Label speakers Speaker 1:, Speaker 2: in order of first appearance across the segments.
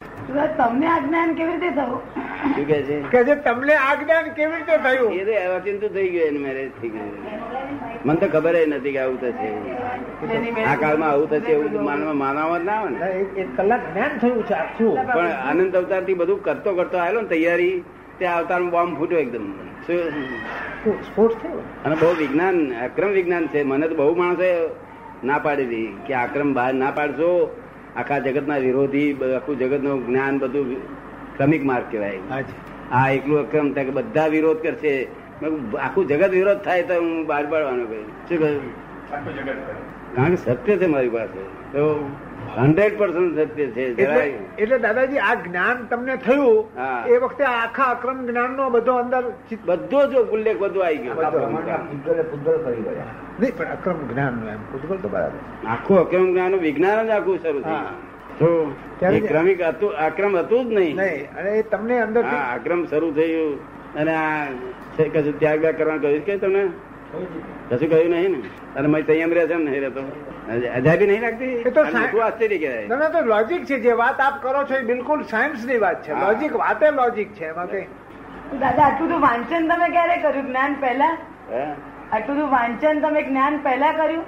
Speaker 1: તો તમને આ જ્ઞાન કેવી રીતે થયું
Speaker 2: શું કહે છે
Speaker 3: કે જે તમને આ જ્ઞાન કેવી રીતે થયું
Speaker 2: એ તો અચિંતુ થઈ ગયું એનું મેરેજ થઈ ગયું મને તો ખબર નથી કે આવું થશે આ કાળમાં આવું થશે એવું તો માનવા માનવામાં જ ના આવે ને
Speaker 3: એક એક કલાક જ્ઞાન થયું છે આખું
Speaker 2: પણ આનંદ અવતાર થી બધું કરતો કરતો આવેલો ને તૈયારી તે અવતારમાં બોમ્બ ફૂટ્યો એકદમ શું?
Speaker 3: સ્ફોટ- સ્ફોટ થયો
Speaker 2: અને બહુ વિજ્ઞાન અક્રમ વિજ્ઞાન છે મને તો બહુ માણસે ના પાડી દી કે આક્રમ બહાર ના પાડશો આખા જગતના વિરોધી બ- આખું જગતનું જ્ઞાન બધું ક્રમિક માર્ગ કહેવાય આ એકલું અક્રમ થાય કે બધા વિરોધ કરશે મેં કીધું આખું જગત વિરોધ થાય તો હું બહાર પાડવાનો કહ્યું શું કહ્યું કારણ કે સત્ય છે મારી પાસે તો હંડ્રેડ પર્સન્ટ સત્ય છે
Speaker 3: એટલે
Speaker 2: જરાય
Speaker 3: એટલે દાદાજી આ જ્ઞાન તમને થયું
Speaker 2: હા.
Speaker 3: એ વખતે આ આખા અક્રમ જ્ઞાનનો બધો અંદર ચિત-
Speaker 2: બધો જ ઉલ્લેખ બધો આવી
Speaker 3: આ
Speaker 2: ગયો
Speaker 3: પ્રમાણે નહીં પણ અક્રમ જ્ઞાન એમ પૂતગલ તો બરાબર
Speaker 2: આખું અક્રમ જ્ઞાન વિજ્ઞાન જ આખું શરૂ
Speaker 3: હા.
Speaker 2: થયું તો
Speaker 3: ત્યારે
Speaker 2: એ
Speaker 3: જ-
Speaker 2: ક્રમિક હતું આક્રમ હતું જ નહીં
Speaker 3: નહીં અને એ તમને અંદર
Speaker 2: આ આક્રમ શરૂ થયું અને આ છે કશું ત્યાગ બ્યાગ કરવાનું કહ્યું છે કે તમને કશું કહ્યું નહીં ને અને મારી સંયમ રહે છે ને નહીં રહેતો અજાબી નહીં લાગતી
Speaker 3: એ તો
Speaker 2: આ
Speaker 3: સા-
Speaker 2: મોટું આશ્ચર્ય કહેવાય
Speaker 3: ના ના તો લોજિક છે જે વાત આપ કરો છો એ બિલકુલ સાયન્સ ની વાત છે
Speaker 2: હા.
Speaker 3: લોજિક વાતે લોજિક છે એમાં કઈ
Speaker 1: તો દાદા આટલું તો વાંચન તમે ક્યારે કર્યું જ્ઞાન પહેલા
Speaker 2: હે?
Speaker 1: આટલું તો વાંચન તમે જ્ઞાન પહેલા કર્યું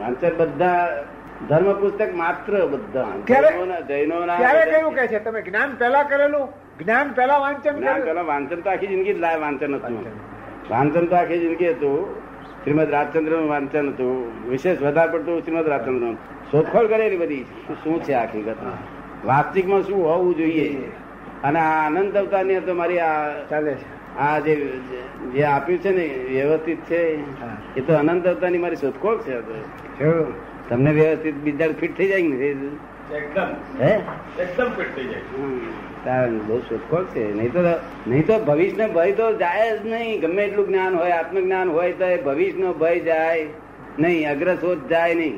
Speaker 2: વાંચન બધા ધર્મ પુસ્તક માત્ર બધા
Speaker 3: ક્યારે?
Speaker 2: જૈનોના- જૈનોના
Speaker 3: ત્યારે કયું કે છે તમે જ્ઞાન પહેલા કરેલું જ્ઞાન પહેલા વાંચન
Speaker 2: ના,
Speaker 3: કરેલું
Speaker 2: પેલા વાંચન તો આખી જિંદગી જ લાય વાંચન હતું
Speaker 3: વાંચન.
Speaker 2: વાંચન તો આખી જિંદગી હતું શ્રીમદ રાજચંદ્ર નું વાંચન હતું વિશેષ વધારે પડતું શ્રીમદ રાજચંદ્ર નું. શોધખોળ કરેલી બધી શું- શું છે આ હકીકતમાં વાસ્તવિકમાં શું હોવું જોઈએ અને આ આનંદ અવતારની તો મારી આ
Speaker 3: ચાલે છે
Speaker 2: આ જે જે આપ્યું છે ને વ્યવસ્થિત છે
Speaker 3: હા.
Speaker 2: એ તો અનંત અવતારની મારી શોધખોળ છે આ તો.
Speaker 3: એવું.
Speaker 2: તમને વ્યવસ્થિત બીજા ફિટ થઈ જાય ને
Speaker 4: એકદમ
Speaker 2: હે
Speaker 4: એકદમ ફિટ થઈ જાય
Speaker 2: તારે બહુ શોધખોળ છે નહીં તો નહીં તો ભવિષ્યનો ભય તો જાય જ નહીં ગમે એટલું જ્ઞાન હોય આત્મજ્ઞાન હોય તો એ ભવિષ્યનો ભય જાય નહીં અગ્રશોધ જાય નહીં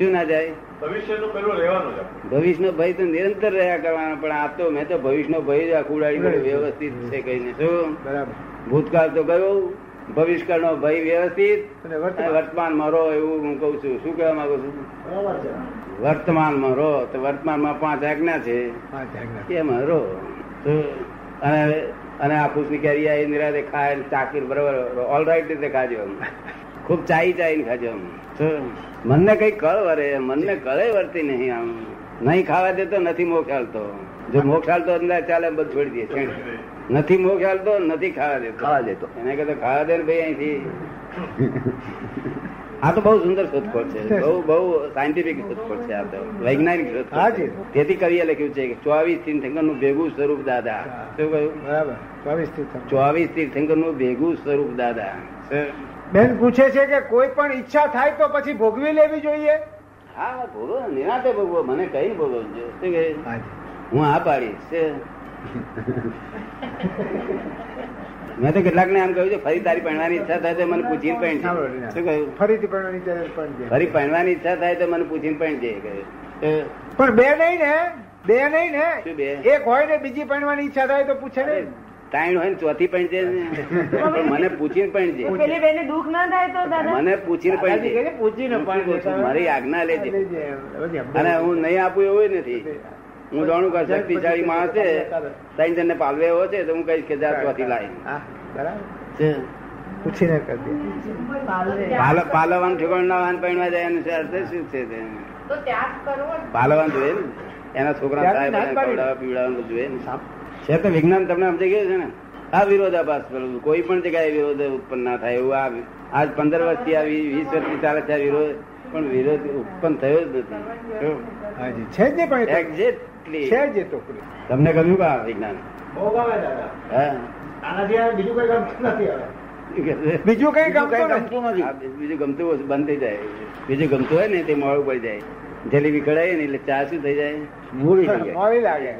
Speaker 2: શું ના જાય
Speaker 4: ભવિષ્યનું પેલું રહેવાનું છે
Speaker 2: ભવિષ્યનો ભય તો નિરંતર રહ્યા કરવાનો પણ આ તો મેં તો ભવિષ્યનો ભય જ આખું ઉડાડી કાઢ્યો. વ્યવસ્થિત છે કહીને શું
Speaker 3: બરાબર
Speaker 2: ભૂતકાળ તો ગયો ભવિષ્યકાળનો ભય વ્યવસ્થિત
Speaker 3: અને
Speaker 2: અને
Speaker 3: વર્તમાન
Speaker 2: વર્તમાનમાં રહો એવું હું કહું છું શું કહેવા માંગુ છું વર્તમાનમાં રહો તો વર્તમાનમાં પાંચ આજ્ઞા છે
Speaker 3: હા, ધ્યાન રાખજો.
Speaker 2: કેમ હરો તો અને અને હાફૂસની કેરી આવી નિરાતે ખાય ને ચાખી બરોબર ઓલ રાઈટ રીતે ખાજો એમ ખૂબ ચાઈ ચાઈને ખાજો એમ તો મનને કઈ કળ વરે મનને કળે વરતી નહીં આમ નહીં ખાવા દેતો નથી મોક્ષ આલતો જો મોક્ષ આલતો અંદર ચાલે બધું છોડી દે છેણ. નથી મોક્ષ આલતો નથી ખાવા દેતો ખાવા દેતો એને કહેતો ખાવા દે ને ભાઈ અહીંથી આ તો બહુ સુંદર શોધખોળ છે બહુ બહુ સાયન્ટિફિક શોધખોળ છે આ તો વૈજ્ઞાનિક શોધખોળ
Speaker 3: હાજી.
Speaker 2: છે. તેથી કવિએ લખ્યું છે કે ચોવીસ તીર્થંકર નું ભેગું સ્વરૂપ દાદા શું કહ્યું
Speaker 3: બરાબર ચોવીસ થી ત્રણ.
Speaker 2: ચોવીસ તીર્થંકર નું ભેગું સ્વરૂપ દાદા
Speaker 3: બેન પૂછે છે કે કોઈ પણ ઈચ્છા થાય તો પછી ભોગવી લેવી જોઈએ
Speaker 2: હા ભોગવો નિરાતે ભોગવો મને કઈ ભોગવો છે શું કહે? હું આ પાડીશ છે. મેં તો કેટલાક ને એમ કહ્યું છે ફરી તારી પહેણવાની ઈચ્છા થાય તો મને પૂછીને પહેણજે શું કહ્યું
Speaker 3: ફરીથી પણ એની જરૂર પણ છે.
Speaker 2: ફરી પહેણવાની ઈચ્છા થાય તો મને પૂછીને પહેણજે કહ્યું એ,
Speaker 3: પણ બે નહીં ને બે નહીં
Speaker 2: શું બે?
Speaker 3: ને એક હોય ને બીજી પરણવાની ઈચ્છા થાય તો પૂછે ને
Speaker 2: તાઈણ હોય ને ચોથી પહેણજે ને. પણ મને પૂછીને પહેણજે
Speaker 1: તો પેલી બેને દુઃખ ના થાય તો દાદા
Speaker 2: મને પૂછીને
Speaker 3: દાદાજી કહે છે,
Speaker 2: પણ
Speaker 3: પૂછીને
Speaker 2: હું
Speaker 3: પણ
Speaker 2: શું કહું છું? મારી આજ્ઞા લેજે
Speaker 3: લેજે એમ. બધી
Speaker 2: અને હું નહીં આપું એવું નથી હું જાણું કે આ શક્તિશાળી માણસ છે ત્રણ જણને પાલવે એવો છે તો હું કહીશ કે જા ચોથી લાય
Speaker 3: હા, બરાબર પૂછીને કરી દે
Speaker 2: પાલ- પાલવાન ઠેકાણ ના વાહન પહેણવા જાય એનું શું અર્થ શું છે તે?
Speaker 5: તો ત્યાગ કરવો જ.
Speaker 2: પાલવાન જોઈએ ને એના છોકરા સાહેબ
Speaker 3: ત્યાગની નાત પાડી.
Speaker 2: ખવડાવવા પીવડાવવાનું જોઈએ ને છે તો વિજ્ઞાન તમને સમજાઈ ગયું છે ને આ વિરોધાભાસ પેલું કોઈ પણ જગ્યાએ વિરોધ ઉત્પન્ન ના થાય એવું આ આજ પંદર વર્ષથી આવી વીસ વર્ષથી ચાલે છે આ વિરોધ પણ વિરોધ ઉત્પન્ન થયો જ નથી
Speaker 3: હાજી છે જ ને પણ એ તો.
Speaker 2: એક્ઝેક્ટલી
Speaker 3: છે જ એ તો પૂરી.
Speaker 2: તમને ગમ્યું કા વિજ્ઞાન
Speaker 4: બહુ ગમે દાદા
Speaker 2: હા
Speaker 4: આનાથી બીજું કઈ કામ નથી આવે
Speaker 3: બીજું કઈ ગમતું નથી.
Speaker 2: આ બીજું ગમતું હોય તો બંધ થઈ જાય બીજું ગમતું હોય ને તે મોડું પડી જાય જલેબી કઢાય ને એટલે ચા શું થઈ જાય મોડી થઈ જાય
Speaker 3: મોડી લાગે